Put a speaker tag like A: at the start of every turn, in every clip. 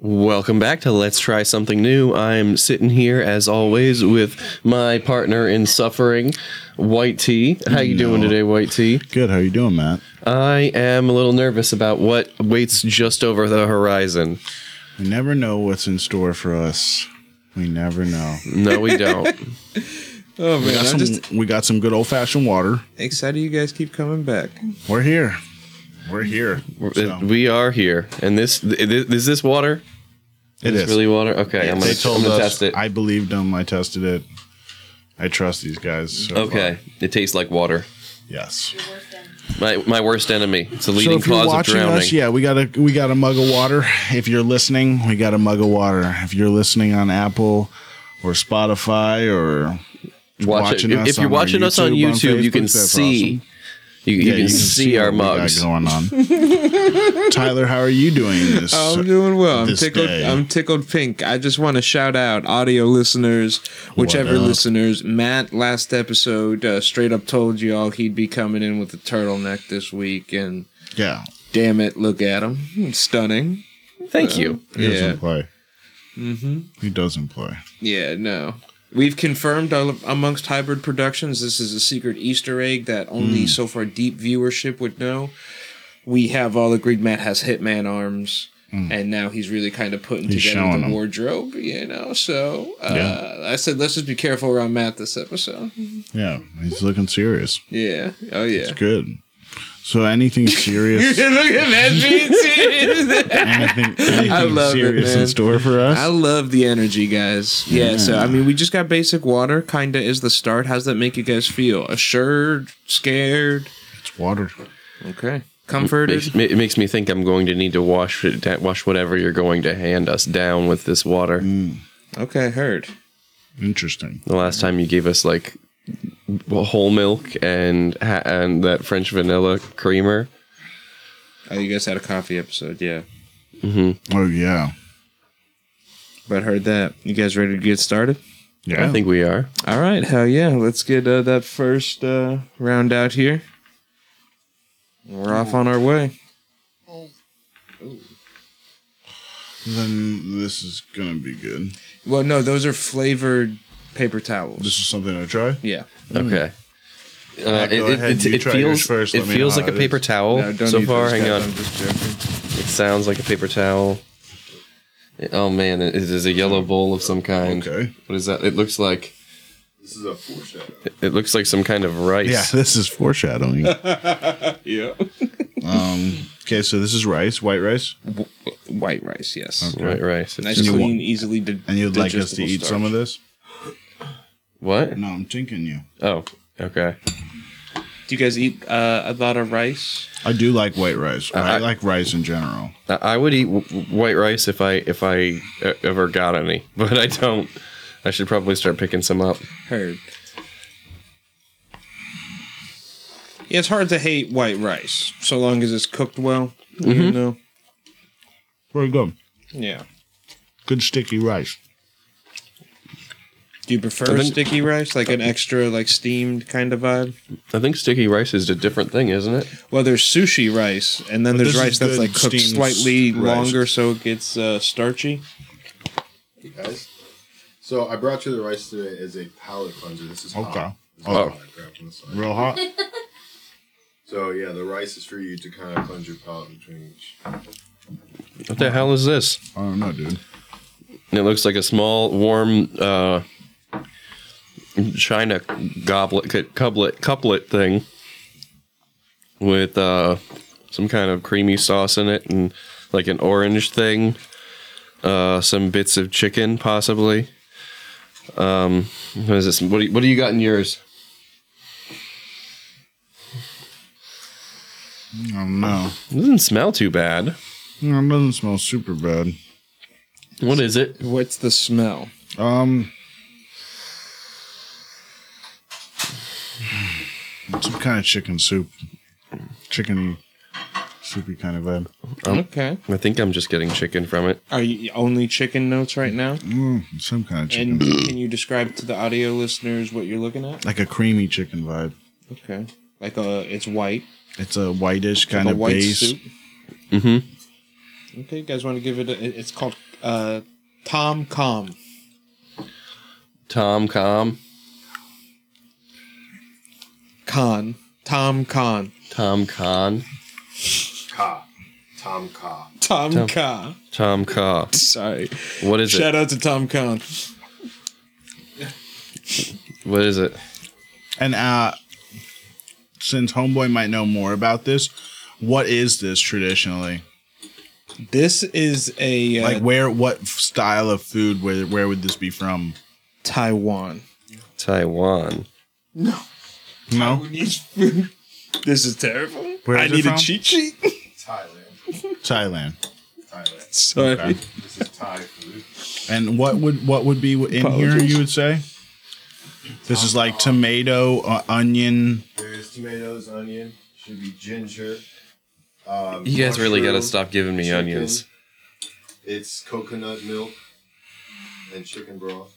A: Welcome back to Let's Try Something New. I'm sitting here as always with my partner in suffering, White Tea. How you doing today, White Tea?
B: Good. How you doing, Matt?
A: I am a little nervous about what waits just over the horizon.
B: We never know what's in store for us. We never know.
A: No, we don't.
C: Oh
B: We
C: man,
B: got,
C: I'm
B: some,
C: just
B: we got some good old fashioned water.
C: excited you guys keep coming back.
B: We're here. We're here. So,
A: We are here, and this th- th- is this water.
B: it
A: Is
B: is.
A: this really water? Okay, I'm gonna,
B: they
A: I'm
B: told
A: gonna
B: us.
A: test it.
B: I believed them. I tested it. I trust these guys. So
A: okay,
B: far.
A: it tastes like water.
B: Yes.
A: My my worst enemy. It's the
B: So
A: leading
B: if you're
A: cause of
B: watching
A: drowning.
B: us, yeah, we got a we got a mug of water. If you're listening, we got a mug of water. If you're listening on Apple or Spotify or
A: Watch
B: watching
A: it. If,
B: us
A: if you're
B: on our
A: watching us on
B: YouTube, on
A: YouTube, you can
B: Facebook, that's
A: see.
B: awesome.
A: You, you
B: Yeah,
A: can, see, our
B: what we got
A: mugs.
B: going on. Tyler, how are you doing this?
C: I'm doing well. I'm
B: This
C: tickled.
B: day.
C: I'm tickled pink. I just want to shout out audio listeners, whichever
B: up?
C: listeners. Matt last episode uh, straight up told y'all he'd be coming in with a turtleneck this week, and
B: yeah,
C: damn it, look at him, stunning.
A: Thank you.
B: he
C: yeah,
B: doesn't play. Mm-hmm. He doesn't play.
C: yeah, no. We've confirmed all of- amongst Hybrid Productions, this is a secret Easter egg that only so far deep viewership would know. We have all agreed Matt has Hitman arms, and now Hmm. he's really kind of putting
B: He's
C: together
B: showing
C: the
B: 'em.
C: wardrobe, you know? So uh, I said, let's just be careful around Matt this episode.
B: Yeah, he's looking serious.
C: Yeah. Oh, yeah.
B: It's good. So anything serious,
C: Look at Matt being serious.
B: anything, anything
C: love it,
B: serious in
C: man.
B: store for
C: I
B: us?
C: love the energy, guys. Yeah, so I mean, we just got basic water. Kinda is the start. How's that make you guys feel? Assured, scared.
B: It's water.
C: Okay, comforted.
A: Makes, ma- it makes me think I'm going to need to wash it, da- wash whatever you're going to hand us down with this water.
B: Mm.
C: Okay, heard.
B: Interesting.
A: The last time you gave us like whole milk and ha- and that French vanilla creamer.
C: Oh, you guys had a coffee episode, yeah.
B: Oh yeah,
C: But heard that. You guys ready to get started?
B: yeah.
A: I think we are.
C: All right, hell yeah. Let's get uh, that first uh, round out here. We're off on our way.
B: then this is gonna be good.
C: Well, no, those are flavored paper towels.
B: This is something I try.
C: Yeah.
A: Okay. Uh,
B: Matt,
A: it,
B: Mm. go
A: it,
B: ahead.
A: it,
B: You
A: it
B: try yours
A: feels
B: first.
A: it
B: Let me
A: feels
B: know
A: like
B: how
A: a
B: it
A: paper
B: is.
A: towel
C: No, don't
A: so
C: eat
A: far.
C: those,
A: Hang
C: guys.
A: on,
C: I'm just joking.
A: it sounds like a paper towel. Oh man, it is a yellow bowl of some kind.
B: Okay.
A: What is that? It looks like
B: This is a foreshadow.
A: it looks like some kind of rice.
B: Yeah, this is foreshadowing.
C: Yeah.
B: um, okay, so this is rice, white rice,
C: White rice, yes.
A: Right, rice. It's
C: Nice,
A: just-
B: you
C: clean,
B: want-
C: easily di-
B: and you'd like us to
C: digestible
B: eat
C: starch.
B: some of this.
A: what?
B: No, I'm thinking you.
A: Oh, okay.
C: Do you guys eat uh, a lot of rice?
B: I do like white rice. I,
A: I-
B: like rice in general.
A: I I would eat w- w- white rice if I if I uh, ever got any, but I don't. I should probably start picking some up.
C: Heard. Yeah, it's hard to hate white rice so long as it's cooked well. You know.
B: Very good.
C: Yeah.
B: Good sticky rice.
C: Do you prefer
A: I think-
C: sticky rice, like an extra, like steamed kind of vibe?
A: I think sticky rice is a different thing, isn't it?
C: Well, there's sushi rice, and then
B: this
C: there's
B: is
C: rice that's
B: good
C: like cooked
B: steamed
C: slightly
B: rice.
C: longer, so it gets uh, starchy.
D: guys. So I brought you the rice today as a palate cleanser. This is hot.
B: Okay.
D: This is hot.
A: Oh.
D: I grabbed from the side.
B: Real hot.
D: So yeah, the rice is for you to kind of cleanse your palate between each.
A: What the hell is this?
B: I don't know, dude.
A: And it looks like a small, warm uh, China goblet, cu- couplet, couplet thing with uh, some kind of creamy sauce in it and like an orange thing, uh, some bits of chicken possibly. Um, what is this? What do you, what do you got in yours?
B: I don't know.
A: It doesn't smell too bad.
B: Mm, It doesn't smell super bad.
A: What is it?
C: What's the smell?
B: Um, some kind of chicken soup, chicken soupy kind of vibe.
C: Oh. okay.
A: I think I'm just getting chicken from it.
C: Are you only chicken notes right now?
B: Mm, some kind of chicken,
C: And can you describe to the audio listeners what you're looking at?
B: like a creamy chicken vibe.
C: Okay. Like uh it's white.
B: It's a whitish kind
C: Kind a
B: of
C: white
B: base.
C: soup. Okay, you guys want to give it? A, it- it's called uh, Tom Com.
A: Tom Com.
C: Con. Tom Con.
A: Tom Con.
D: Ka. Tom Ka.
C: Tom,
A: Tom-
C: Ka.
A: Tom Ka.
C: Sorry.
A: What is it?
C: Shout out to Tom Con.
A: What is it?
B: And uh, since Homeboy might know more about this, what is this traditionally?
C: This is a uh,
B: Like, where, what style of food, where, where would this be from?
C: Taiwan.
A: Taiwan.
B: No?
C: This is terrible.
B: Where
C: I
B: is it
C: need a
B: from?
C: cheat sheet.
D: Thailand.
B: Thailand.
D: Thailand.
C: Sorry.
B: Okay.
D: This is Thai food.
B: And what would what would be in here?
C: Apologies.
B: You would say this is like tomato, uh, onion.
D: There's tomatoes, onion. Should be ginger. Um,
A: You guys really
D: mushroom,
A: gotta stop giving me
D: chicken.
A: onions.
D: It's coconut milk and chicken broth.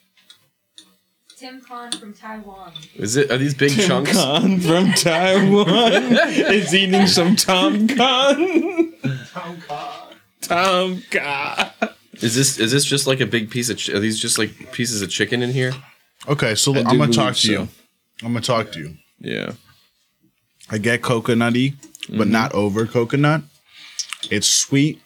E: Tim Khan from Taiwan.
A: Is it? Are these big
C: Tom
A: chunks?
C: Con from Taiwan is eating some Tom Con.
D: Tom Ka.
C: Tom Con.
A: Is this? Is this just like a big piece of? Ch- are these just like pieces of chicken in here?
B: Okay, so I'm
C: do
B: gonna talk
C: believe
B: to
C: so.
B: you. I'm gonna talk to you.
C: Yeah.
B: I get coconutty, but
C: Mm-hmm.
B: not over coconut. It's sweet,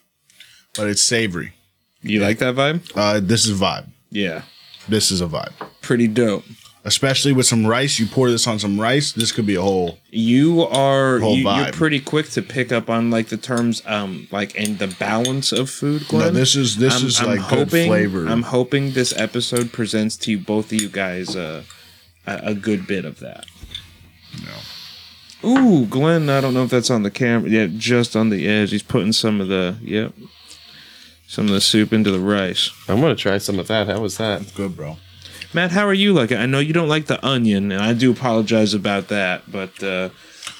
B: but it's savory.
C: You like that vibe?
B: Uh, this is a vibe.
C: Yeah.
B: This is a vibe.
C: Pretty dope.
B: Especially with some rice. You pour this on some rice. This could be a whole.
C: you are
B: Whole
C: you, you're
B: vibe.
C: pretty quick to pick up on like the terms um like and the balance of food Glenn.
B: No, this is this is like good flavor.
C: I'm hoping this episode presents to you both of you guys uh, a, a good bit of that. Ooh, Glenn, I don't know if that's on the camera. Yeah, just on the edge. He's putting some of the yep, some of the soup into the rice.
A: I'm gonna try some of that. How was that?
B: good, bro.
C: Matt, how are you looking? I know you don't like the onion, and I do apologize about that, but uh,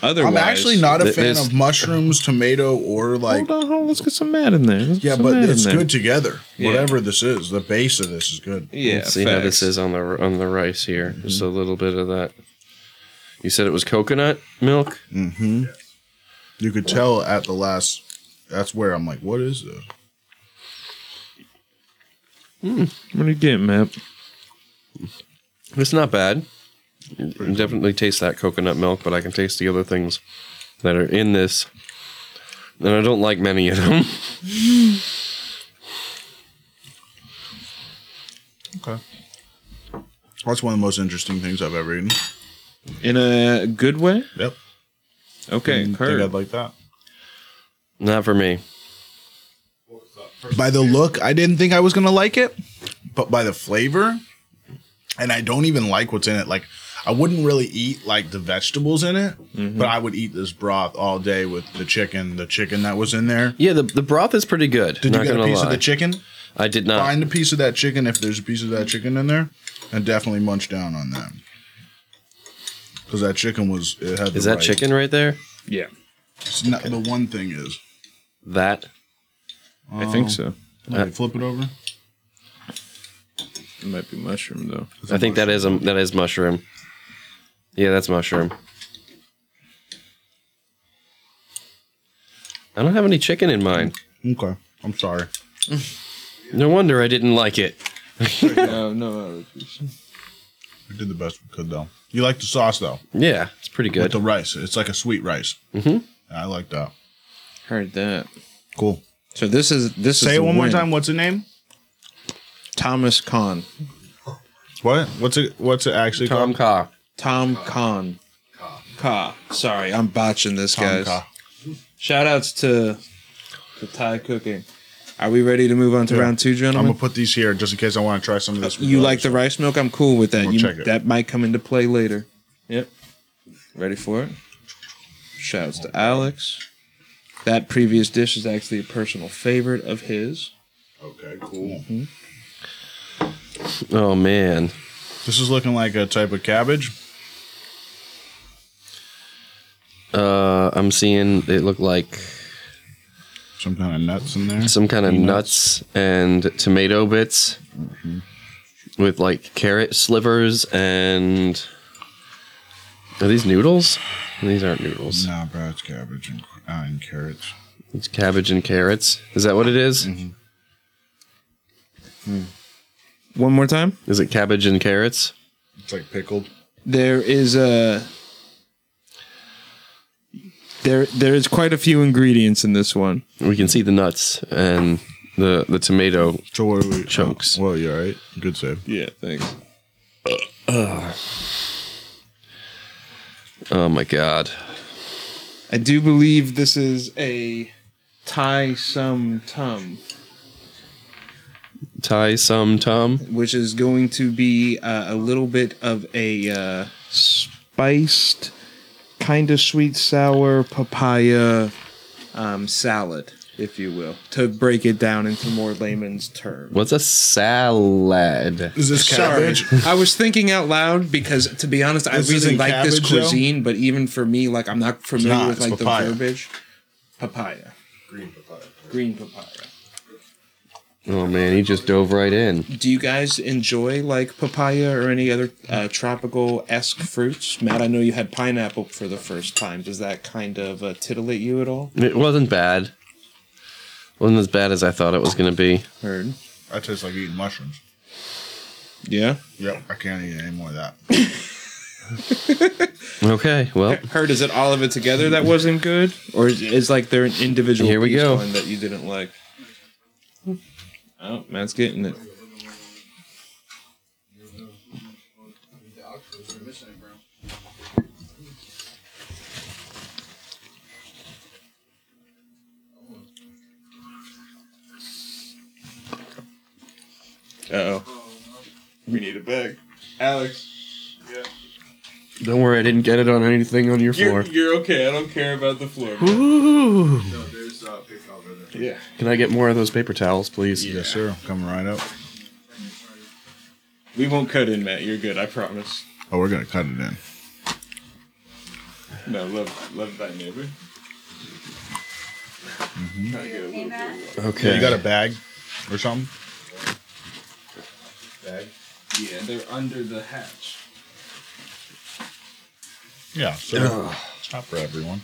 C: otherwise,
B: I'm actually not a
A: Th-
B: fan
A: this-
B: of mushrooms, tomato, or like
C: Hold on, hold on. Let's get some Matt in there. Let's get
B: Yeah,
C: some
B: but
C: Matt in
B: it's
C: there.
B: good together.
C: Yeah.
B: Whatever this is, the base of this is good.
C: Yeah,
A: Let's see how this
C: facts.
A: is on the on the rice here. Just a little bit of that. You said it was coconut milk.
B: You could tell at the last. That's where I'm like, what is this?
C: What do you get, Matt?
A: It's not bad. You definitely taste that coconut milk, but I can taste the other things that are in this, and I don't like many of them.
B: Okay. That's one of the most interesting things I've ever eaten.
C: In a good way?
B: Yep.
C: Okay,
B: Didn't
C: heard.
B: think I'd Mm, like that.
A: not for me.
B: By the look, I didn't think I was gonna like it, but by the flavor, and I don't even like what's in it. Like, I wouldn't really eat like the vegetables in it,
A: Mm-hmm.
B: but I would eat this broth all day with the chicken, the chicken that was in there.
A: Yeah, the, the broth is pretty good.
B: Did
A: not
B: you get a
A: gonna
B: piece
A: lie. Oh.
B: of the chicken?
A: I did not.
B: find a piece of that chicken if there's a piece of that chicken in there, and definitely munch down on that. Because that chicken was it had.
A: Is
B: the
A: that
B: right-
A: chicken right there?
C: Yeah,
B: It's not, the one thing is.
A: That
C: I
B: Oh.
C: think so.
B: um, Let me flip it over.
C: It might be mushroom though.
A: I think that is a that is mushroom. Yeah, that's mushroom. I don't have any chicken in mine.
B: Okay, I'm sorry.
A: No wonder I didn't like it.
C: no, no.
B: We did the best we could though. You like the sauce though
A: Yeah, it's pretty
B: with
A: good.
B: the rice. It's like a sweet rice. Mm-hmm. I like that.
C: Heard that.
B: Cool.
C: So this is this is
B: Say
C: the
B: it one more
C: win.
B: time. What's the name?
C: Thomas Kahn.
B: What? What's it? What's it actually
A: Tom
B: called?
A: Ka.
C: Tom Kahn. Ka. Sorry, I'm botching this, guys.
B: Ka.
C: Shout outs to to Thai cooking. Are we ready to move on to round two,
B: I'm
C: gentlemen?
B: gonna put these here just in case I want to try some of this. with
C: You
B: the
C: like
B: rice.
C: the rice milk? I'm cool with that.
B: We'll
C: you,
B: check it.
C: That might come into play later. Yep. Ready for it? Shouts to Alex. That previous dish is actually a personal favorite of his.
D: Okay, cool.
A: Oh man,
B: This is looking like a type of cabbage.
A: uh, I'm seeing it look like
B: Some kind of nuts in there.
A: some kind of nuts and tomato bits with like carrot slivers and are these noodles? These aren't noodles.
B: Nah, bro, it's cabbage and, uh, and carrots.
A: It's cabbage and carrots. Is that what it is?
C: One more time.
A: Is it cabbage and carrots?
B: It's like pickled.
C: There is a there there is quite a few ingredients in this one.
A: We can see the nuts and the the tomato.
B: So what are we?
A: Chunks.
B: well, you're right. Good save.
C: Yeah, thanks.
A: Oh my god.
C: I do believe this is a Thai sum tum,
A: Thai some tom.
C: which is going to be uh, a little bit of a uh, spiced, kind of sweet sour papaya um, salad, if you will, to break it down into more layman's terms.
A: What's a salad?
B: Is this
C: Sorry.
B: cabbage?
C: I was thinking out loud because, to be honest, I
B: This
C: really
B: isn't
C: like this
B: cabbage, though?
C: cuisine, but even for me, like I'm not familiar
B: not,
C: with
B: it's
C: like the
B: papaya.
C: verbiage. Papaya,
D: Green papaya.
C: green papaya.
A: Oh man, he just dove right in.
C: Do you guys enjoy like papaya or any other uh, tropical esque fruits? Matt, I know you had pineapple for the first time. Does that kind of uh, titillate you at all?
A: It wasn't bad. Wasn't as bad as I thought it was gonna be.
C: Heard.
B: I taste like eating mushrooms.
C: Yeah.
B: Yep, I can't eat any more of that.
A: Okay, well,
C: Heard. Is it all of it together that wasn't good, or is, is like there an individual
A: Here we
C: piece
A: go.
C: one that you didn't like? Oh, Matt's getting it. Uh oh. We need a bag. Alex,
A: don't worry, I didn't get it on anything on your floor.
C: you're, you're okay. I don't care about the floor.
A: Ooh.
D: No, there's uh, picked over there.
C: Yeah.
A: Can I get more of those paper towels, please?
B: Yes, sir. I'm coming right up.
C: We won't cut in, Matt. You're good. I promise.
B: Oh, we're gonna cut it in.
C: No, love, love thy neighbor. Try to get a
E: Hey,
C: little-
E: Matt.
A: Okay.
B: You got a bag or something?
D: Bag.
C: Yeah, they're under the hatch.
B: Yeah, sir. It's not for everyone.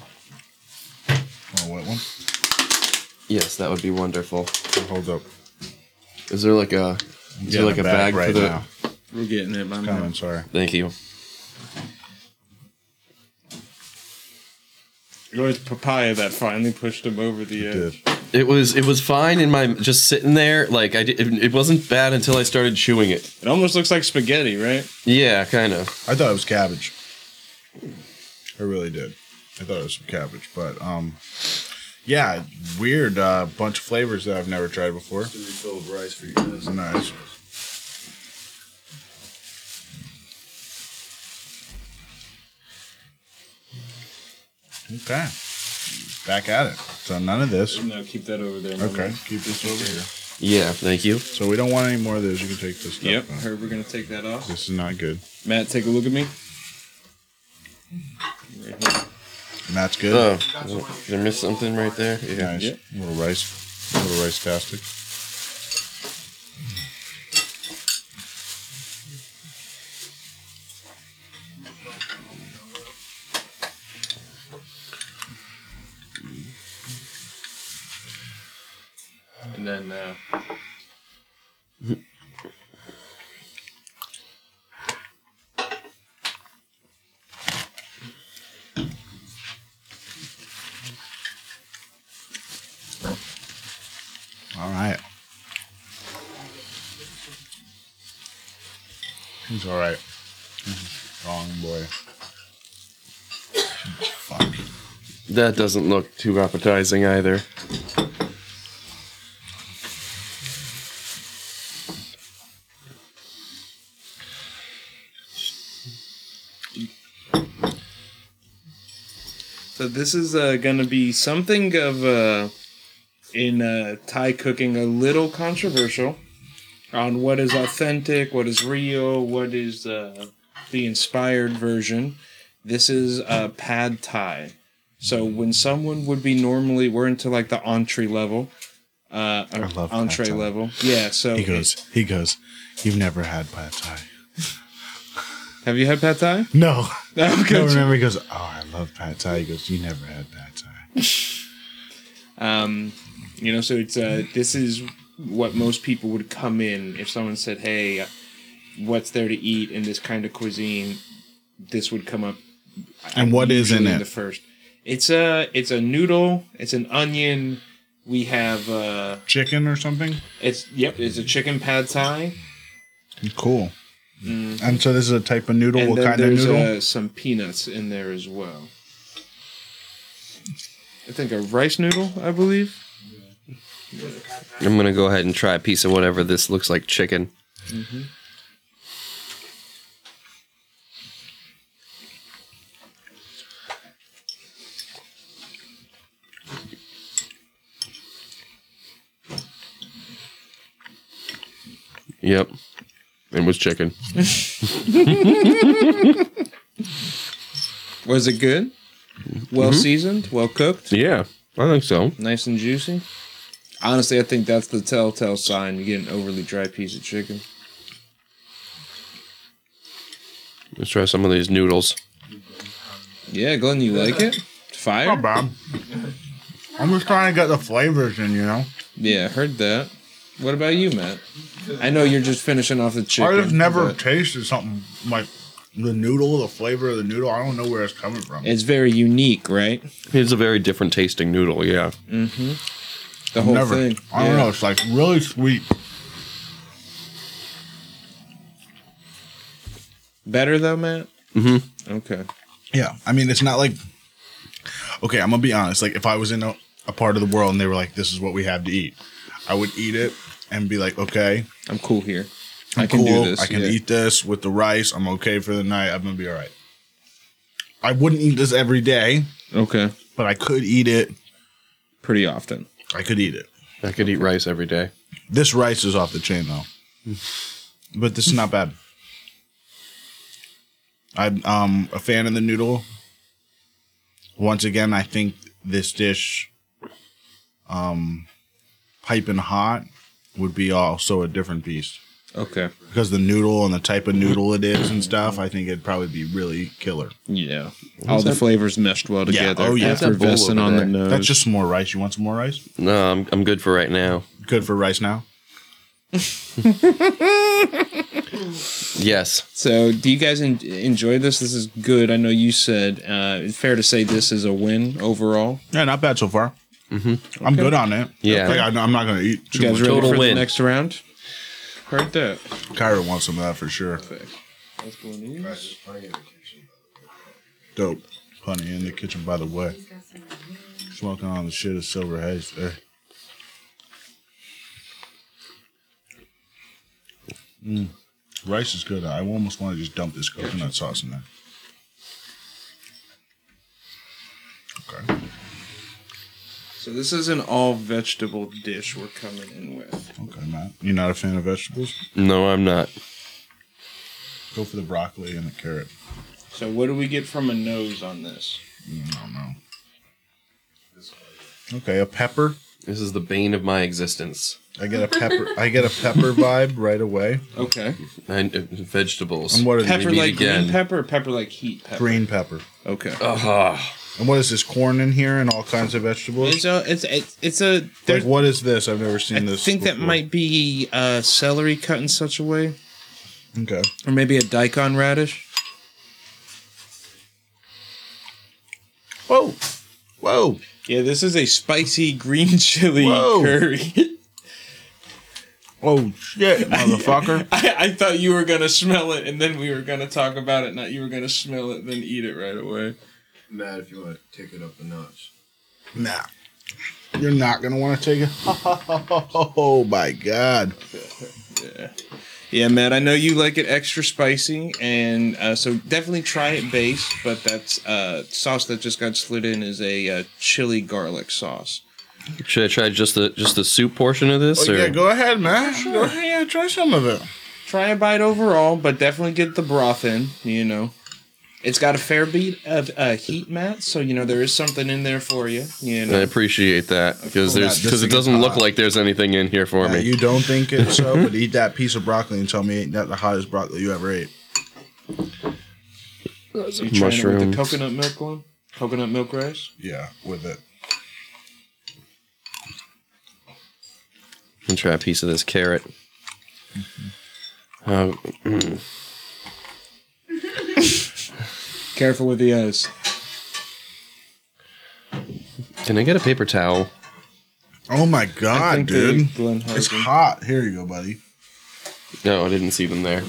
B: Want a wet Oh, one?
A: yes, that would be wonderful.
B: Hold up.
A: Is there like a is there like a bag, for the?
B: now.
C: We're getting it, my
B: Coming,
C: man.
B: sorry.
A: Thank you.
C: It was papaya that finally pushed him over the
B: Did.
C: edge.
A: It was it was fine in my just sitting there. Like I did, it, it wasn't bad until I started chewing it.
C: It almost looks like spaghetti, right?
A: Yeah, kind of.
B: I thought it was cabbage. I really did. I thought it was some cabbage, but um, yeah, weird uh, bunch of flavors that I've never tried before.
D: To refill of rice for you guys.
B: Nice. Okay, back at it. So none of this.
C: No, keep that over there. my
B: Okay,
C: man.
B: keep this over here.
A: Yeah, thank you.
B: So we don't want any more of those. You can take this. Stuff
C: Yep.
B: now.
C: Herb, we're gonna take that off.
B: This is not good.
C: Matt, take a look at me. Right here.
B: And that's good.
A: Oh, did I miss something right there? Yeah.
B: Nice.
C: Yeah.
B: little rice. little rice tastic.
C: And then uh,
B: All right. He's all right. Wrong boy. Fuck.
A: That doesn't look too appetizing either.
C: So this is uh, gonna be something of uh, in uh, Thai cooking a little controversial on what is authentic, what is real, what is uh, the inspired version. This is uh, pad Thai. So when someone would be normally we're into like the entree level, uh, or
B: love pad
C: entree
B: thai.
C: level, yeah. So
B: He goes. He goes. You've never had pad thai.
C: Have you had pad thai?
B: No.
C: No,
B: No,
C: good.
B: remember he goes, Oh, I love pad thai. He goes, You never had pad thai.
C: Um, you know, so it's uh, this is what most people would come in if someone said, "Hey, what's there to eat in this kind of cuisine?" This would come up.
B: And what is in
C: usually The
B: it?
C: first, it's a it's a noodle. It's an onion. We have uh,
B: Chicken or something?
C: it's yep, it's a chicken pad thai,
B: Cool. And so this is a type of noodle.
C: Mm. and
B: what
C: then
B: kind of
C: there's
B: noodle?
C: uh, some peanuts in there as well. I think a rice noodle, I believe.
A: I'm gonna go ahead and try a piece of whatever this looks like chicken. Yep, it was chicken.
C: Was it good? Well
B: Mm-hmm.
C: seasoned, well cooked,
A: Yeah, I think so.
C: nice and juicy. Honestly, I think that's the telltale sign you get an overly dry piece of chicken.
A: Let's try some of these noodles.
C: Yeah, Glenn, you like it?
B: Not
C: Fire?
B: bad. I'm just trying to get the flavors in, you know?
C: Yeah, I heard that. What about you, Matt? I know you're just finishing off the chicken.
B: I just never
C: but
B: tasted something like the noodle, the flavor of the noodle. I don't know where it's coming from.
C: It's very unique, right?
A: It's a very different tasting noodle. Yeah,
C: The whole
B: never.
C: thing.
B: I don't
C: Yeah.
B: know. It's like really sweet.
C: Better though, Matt. Mm-hmm. Okay.
B: Yeah, I mean, it's not like. Okay, I'm gonna be honest. Like, if I was in a, a part of the world and they were like, "This is what we have to eat," I would eat it and be like, "Okay,
C: I'm cool here.
B: I'm
C: I can
B: cool.
C: do this.
B: I can
C: yeah.
B: eat this with the rice. I'm okay for the night. I'm gonna be all right." I wouldn't eat this every day,
C: Okay.
B: but I could eat it.
C: Pretty often.
B: I could eat it.
A: I could eat rice every day.
B: This rice is off the chain though, but this is not bad. I'm um, a fan of the noodle. Once again, I think this dish, um, piping hot, would be also a different piece
C: Okay.
B: because the noodle and the type of noodle it is and stuff. I think it'd probably be really killer.
C: Yeah. All the flavors meshed well
B: Yeah,
C: together.
B: oh, yeah.
A: That's that bowl
C: Effervescent
A: over
C: on the
A: there.
C: nose.
B: That's just some more rice. You want some more rice?
A: No, I'm I'm good for right now.
B: Good for rice now.
A: Yes.
C: So, do you guys en- enjoy this? This is good. I know you said uh, it's fair to say this is a win overall.
B: Yeah, not bad so far. Mm-hmm. I'm good on it.
A: Yeah.
B: like, I, I'm not gonna eat
C: You
B: too
C: guys
B: much.
C: ready
A: Total
C: for
A: win.
C: the next round? Heard that.
B: Kyra wants some of that for sure. Dope. Honey in the kitchen, by the way. Smoking on the shit of Silver Haze. eh. Mm. Rice is good. I almost want to just dump this coconut sauce in there. Okay.
C: So, this is an all vegetable dish we're coming in with.
B: Okay, Matt. You're not a fan of vegetables?
A: No, I'm not.
B: Go for the broccoli and the carrot.
C: So, what do we get from a nose on this?
B: Mm, I don't know. Okay, a pepper.
A: This is the bane of my existence.
B: I get a pepper. I get a pepper vibe right away.
C: Okay.
A: And uh, vegetables.
B: And what is
A: Pep-
B: it?
C: Pepper
A: meet
C: like
A: again.
C: green pepper or pepper like heat pepper?
B: green pepper?
C: Okay.
A: Ah,
B: And what is this corn in here and all kinds of vegetables?
C: It's a, it's, it's, it's a,
B: Like
C: there's,
B: what is this? I've never
C: I
B: seen this.
C: think that
B: before.
C: might be uh, celery cut in such a way,
B: Okay.
C: or maybe a daikon radish.
B: Whoa, whoa!
C: Yeah, this is a spicy green chili
B: Whoa.
C: curry.
B: Oh shit, motherfucker!
C: I, I thought you were gonna smell it and then we were gonna talk about it, not you were gonna smell it, then eat it right away.
D: Matt, if you want to take it up a notch.
B: nah, you're not gonna want to take it. Oh my god!
C: Yeah, Matt, I know you like it extra spicy, and uh, so definitely try it base, but that's uh, sauce that just got slid in is a uh, chili garlic sauce.
A: should I try just the just the soup portion of this?
B: Oh,
A: or?
B: yeah, go ahead, man. Go ahead, yeah, try some of it.
C: Try a bite overall, but definitely get the broth in, you know. It's got a fair beat of uh, heat, Matt, so you know there is something in there for you, you
A: I
C: know.
A: appreciate that because
B: Oh, Yeah,
A: there's
B: this
A: because it
B: thing is
A: doesn't look
B: hot.
A: like there's anything in here for
B: Yeah,
A: me.
B: you don't think it's so, but eat that piece of broccoli and tell me ain't that the hottest broccoli you ever ate?
C: Are you trying it with
A: Mushrooms.
C: the coconut milk one? Coconut milk rice?
B: Yeah, with it.
A: and try a piece of this carrot. Uh,
C: Careful with the uh, eyes.
A: can I get a paper towel?
B: Oh my
C: I
B: god,
C: think
B: dude.
C: they- Glenn
B: It's
C: Hogan.
B: hot. Here you go, buddy.
A: No, I didn't see them there.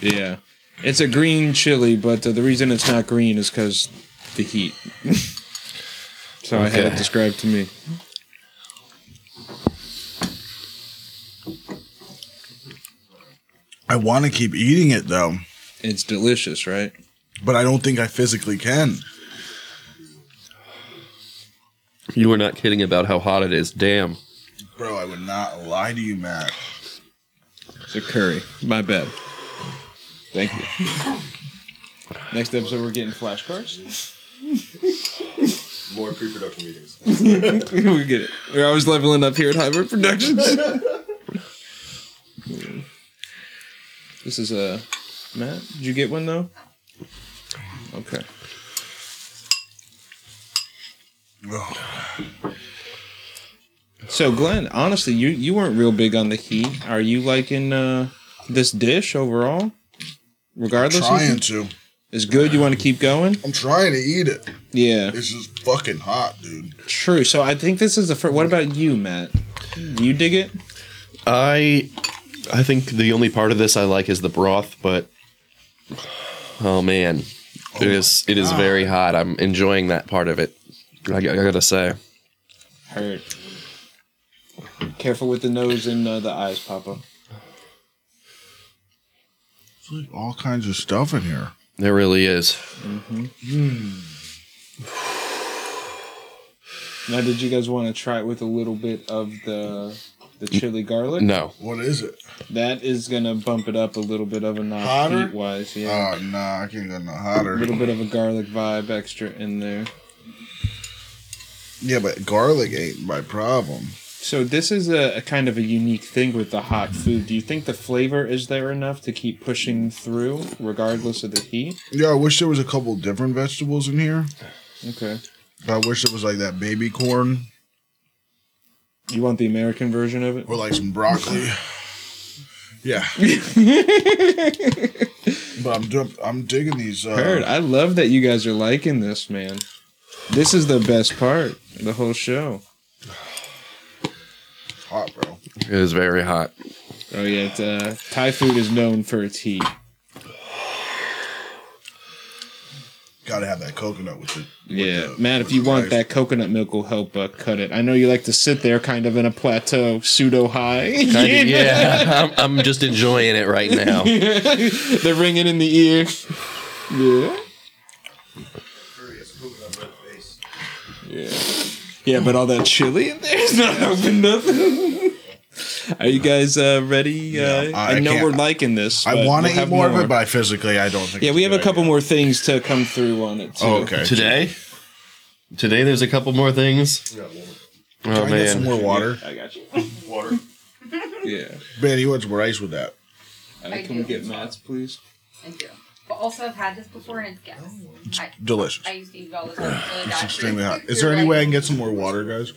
C: Yeah. It's a green chili, but uh, the reason it's not green is because the heat. so I had it
A: Okay.
C: described to me.
B: I want to keep eating it though,
C: It's delicious, right?
B: but I don't think I physically can.
A: You were not kidding about how hot it is. Damn.
B: Bro, I would not lie to you, Matt.
C: It's a curry. My bad. Thank you. Next episode, we're getting flashcards.
D: More pre-production meetings.
C: we get it. We're always leveling up here at Hybrid Productions. this is a uh, Matt. Did you get one though? Okay.
B: Ugh.
C: So Glenn, honestly, you you weren't real big on the heat. Are you liking uh, this dish overall? Regardless,
B: trying to.
C: it's good. You want to keep going?
B: I'm trying to eat it.
C: Yeah,
B: It's just fucking hot, dude.
C: true. So I think this is the first. What about you, Matt? Do you dig it?
A: I I think the only part of this I like is the broth, but oh man, it is it is very hot. I'm enjoying that part of it. I, g- I gotta say,
C: Hurt. Careful with the nose and uh, the eyes, Papa.
B: It's like all kinds of stuff in here.
A: there really is.
C: Now, did you guys want to try it with a little bit of the the chili garlic?
A: No,
B: What is it?
C: That is gonna bump it up a little bit of a knock
B: Hotter?
C: heat wise. Yeah.
B: Oh, nah, I can't go no
C: a
B: hotter.
C: little bit of a garlic vibe extra in there.
B: Yeah, but garlic ain't my problem.
C: So this is a, a kind of a unique thing with the hot food. Do you think the flavor is there enough to keep pushing through, regardless of the heat?
B: Yeah, I wish there was a couple different vegetables in here.
C: Okay.
B: I wish it was like that baby corn
C: You want the American version of it?
B: or like some broccoli. Yeah, but I'm dump- I'm digging these. Uh,
C: Heard. I love that you guys are liking this, man. This is the best part, of the whole show.
B: hot, bro.
A: it is very hot.
C: Oh yeah, it's, uh, Thai food is known for its heat.
B: Got to have that coconut with it.
C: Yeah,
B: the-
C: Matt, if
B: with
C: you
B: the
C: want
B: rice.
C: that coconut milk, will help uh, cut it. I know you like to sit there, kind of in a plateau, pseudo high.
A: Kinda- yeah, I'm, I'm just enjoying it right now.
C: They're ringing in the ear. Yeah. Yeah. Yeah, but all that chili in there is not helping nothing. Are you guys uh, ready? Uh,
B: Yeah, I-
C: I,
B: I
C: know
B: can't-
C: we're liking this.
B: I
C: but
B: want to
C: we'll have
B: eat more, of it, but I physically I don't think.
C: yeah,
B: it's
C: we have a
B: good
C: couple
B: idea.
C: more things to come through on it. Too.
B: Oh, okay.
A: Today, today there's a couple more things.
D: We got one
A: Oh
B: Can I get some
A: man,
B: more water?
C: I got you.
D: more. Water.
C: Yeah.
B: Man, you want some rice with that?
C: Uh, can we get Matt's, please?
E: Thank you. But also, I've had this before and it's gas. I,
B: Delicious.
E: I used to eat it all the time. So
B: It's extremely hot. Is there any way I can get some more water, guys?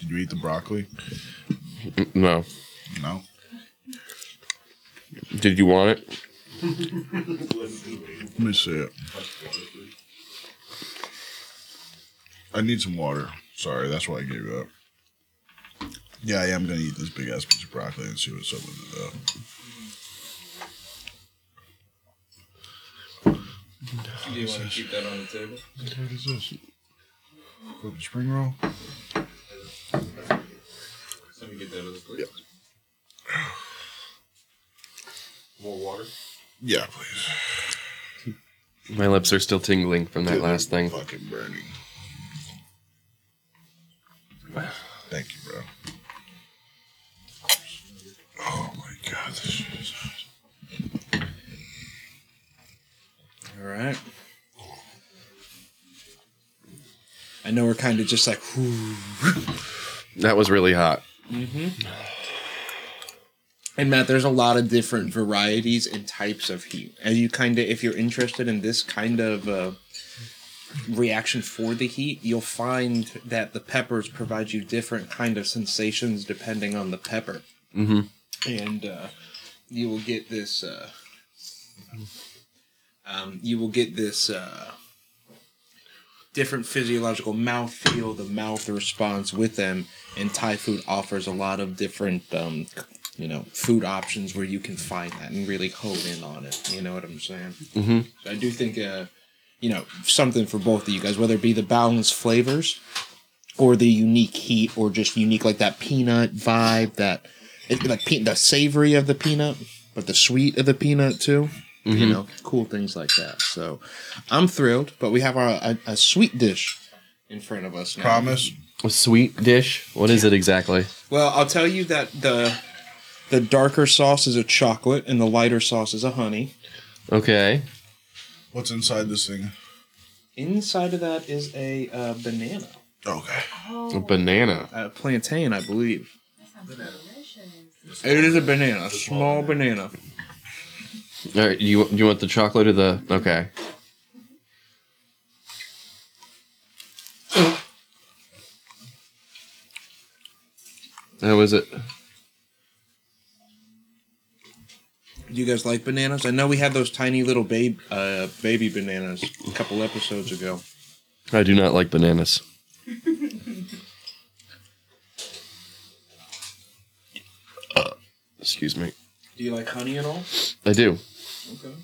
B: Did you eat the broccoli?
A: no.
B: No.
A: Did you want it?
B: Let me see it. I need some water. Sorry, that's why I gave up. Yeah, I am gonna eat this big ass piece of broccoli and see what's up with it though.
C: Do you want to keep that on the table?
B: What is this? Golden spring roll?
C: Let me get that other plate.
D: More water.
B: Yeah, please.
A: My lips are still tingling from that last thing.
B: Fucking burning. Thank you, bro. Oh my god, this shit is hot.
C: All right. I know we're kind of just like, whew.
A: That was really hot.
C: And Matt, there's a lot of different varieties and types of heat. And you kind of, if you're interested in this kind of uh, reaction for the heat, you'll find that the peppers provide you different kind of sensations depending on the pepper. Mm-hmm. And uh, you will get this. Uh, um, you will get this. Uh, different physiological mouthfeel, the mouth response with them. And Thai food offers a lot of different, um, you know, food options where you can find that and really hone in on it. You know what I'm saying? Mm-hmm. I do think, uh, you know, something for both of you guys, whether it be the balanced flavors or the unique heat or just unique, like that peanut vibe, that it, like pe- the savory of the peanut, but the sweet of the peanut too. You know, cool things like that. So, I'm thrilled, but we have our, a, a sweet dish in front of us now.
B: Promise.
A: A sweet dish. What is it exactly?
C: Well, I'll tell you that the the darker sauce is a chocolate and the lighter sauce is a honey.
A: Okay.
B: What's inside this thing?
C: Inside of that is a uh, banana,
B: Okay.
A: A banana.
C: a plantain, I believe.
E: Sounds delicious.
C: It is a banana, a small banana.
A: All right. You you want the chocolate or the okay? How is it?
C: Do you guys like bananas? I know we had those tiny little baby uh, baby bananas a couple episodes ago.
A: I do not like bananas. Uh, Excuse me.
C: Do you like honey at all?
A: I do.
C: Okay.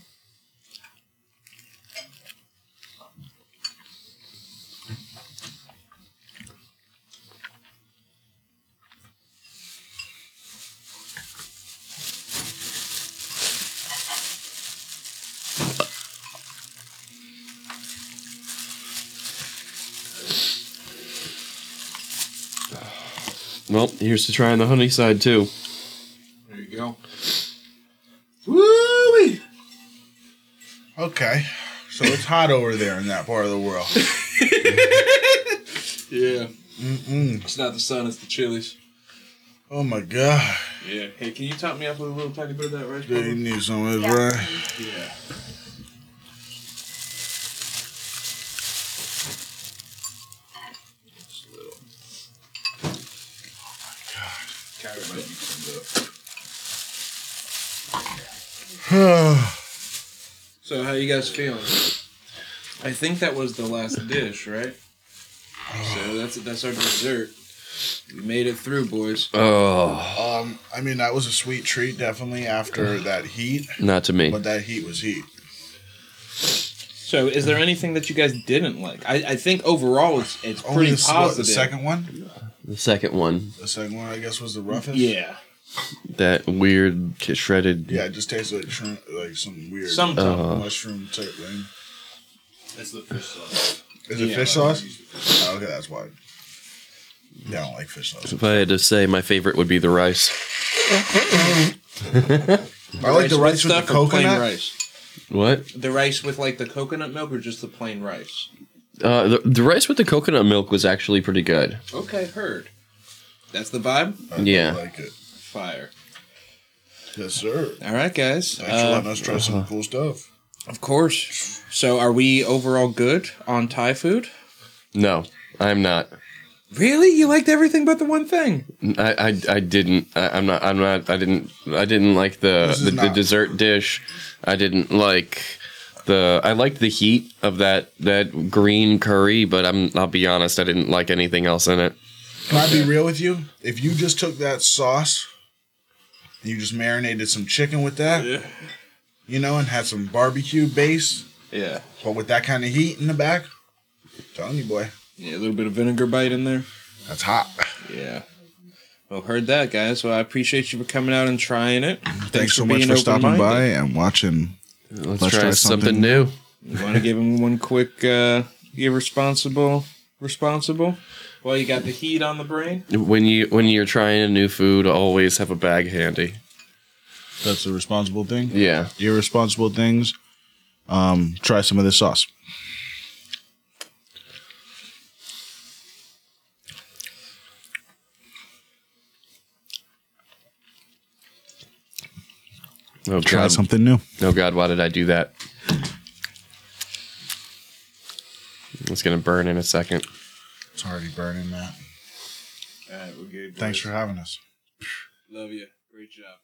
A: Well, here's to trying the honey side too.
C: There you go. Woo!
B: Okay. So it's hot over there in that part of the world.
C: Yeah,
B: Mm-mm.
C: it's not the sun, it's the chilies.
B: Oh my god.
C: Yeah. Hey, can you top me up with a little tiny bit of that rice?
B: Dude, you need some of this,
E: Yeah.
B: right?
C: Yeah. So how you guys feeling? I think that was the last dish, right? So that's that's our dessert. We made it through, boys.
A: Oh,
B: um, I mean, that was a sweet treat, definitely, after that heat.
A: not to me.
B: But that heat was heat.
C: So is there anything that you guys didn't like? I, I think overall it's it's
B: Only
C: pretty
B: the, s- what,
C: positive.
B: the second one?
A: The second one,
B: The second one, I guess, was the roughest?
C: Yeah.
A: that weird k- shredded.
B: Yeah, it just tasted like, shrimp, like some weird Uh-huh.
C: Some
A: Uh,
B: mushroom type thing.
D: That's the fish sauce.
B: Is it
C: Yeah.
B: fish sauce? Oh, okay, that's why. Yeah, I don't like fish sauce.
A: if I had to say, my favorite would be the rice.
B: I like the rice with the
C: or plain
B: coconut.
C: rice.
A: What?
C: The rice with like the coconut milk or just the plain rice?
A: Uh, the, the rice with the coconut milk was actually pretty good.
C: Okay, heard. That's the vibe?
B: I
A: Yeah.
B: like it.
C: Fire.
B: Yes, sir.
C: Alright guys.
B: Thanks for
C: Uh,
B: letting us try some cool stuff.
C: of course. So are we overall good on Thai food?
A: No, I'm not.
C: Really? You liked everything but the one thing?
A: I, I, I didn't. I, I'm not. I'm not. I didn't. I didn't like the
B: This is
A: the, the
B: not-
A: dessert dish. I didn't like the. I liked the heat of that that green curry, but I'm. I'll be honest. I didn't like anything else in it.
B: Can I be real with you? If you just took that sauce and you just marinated some chicken with that,
C: Yeah.
B: you know, and had some barbecue base,
C: Yeah.
B: but with that kind of heat in the back, telling you, boy,
C: Yeah, a little bit of vinegar bite in there.
B: that's hot.
C: Yeah. Well, heard that, guys. Well, I appreciate you for coming out and trying it. Thanks,
B: and watching.
A: Let's,
B: Let's
A: try,
B: try
A: something,
B: something.
A: new.
C: Want to give him one quick, uh, you responsible, responsible? Well, you got the heat on the brain.
A: When you when you're trying a new food, always have a bag handy.
B: That's the responsible thing.
A: Yeah.
B: Irresponsible things. Um, try some of this sauce.
A: Oh
B: Try
A: god.
B: something new.
A: Oh god, why did I do that? It's gonna burn in a second.
B: It's already burning, Matt.
D: All right, we're good.
B: Thanks
D: boys.
B: for having us.
C: Love you. Great job.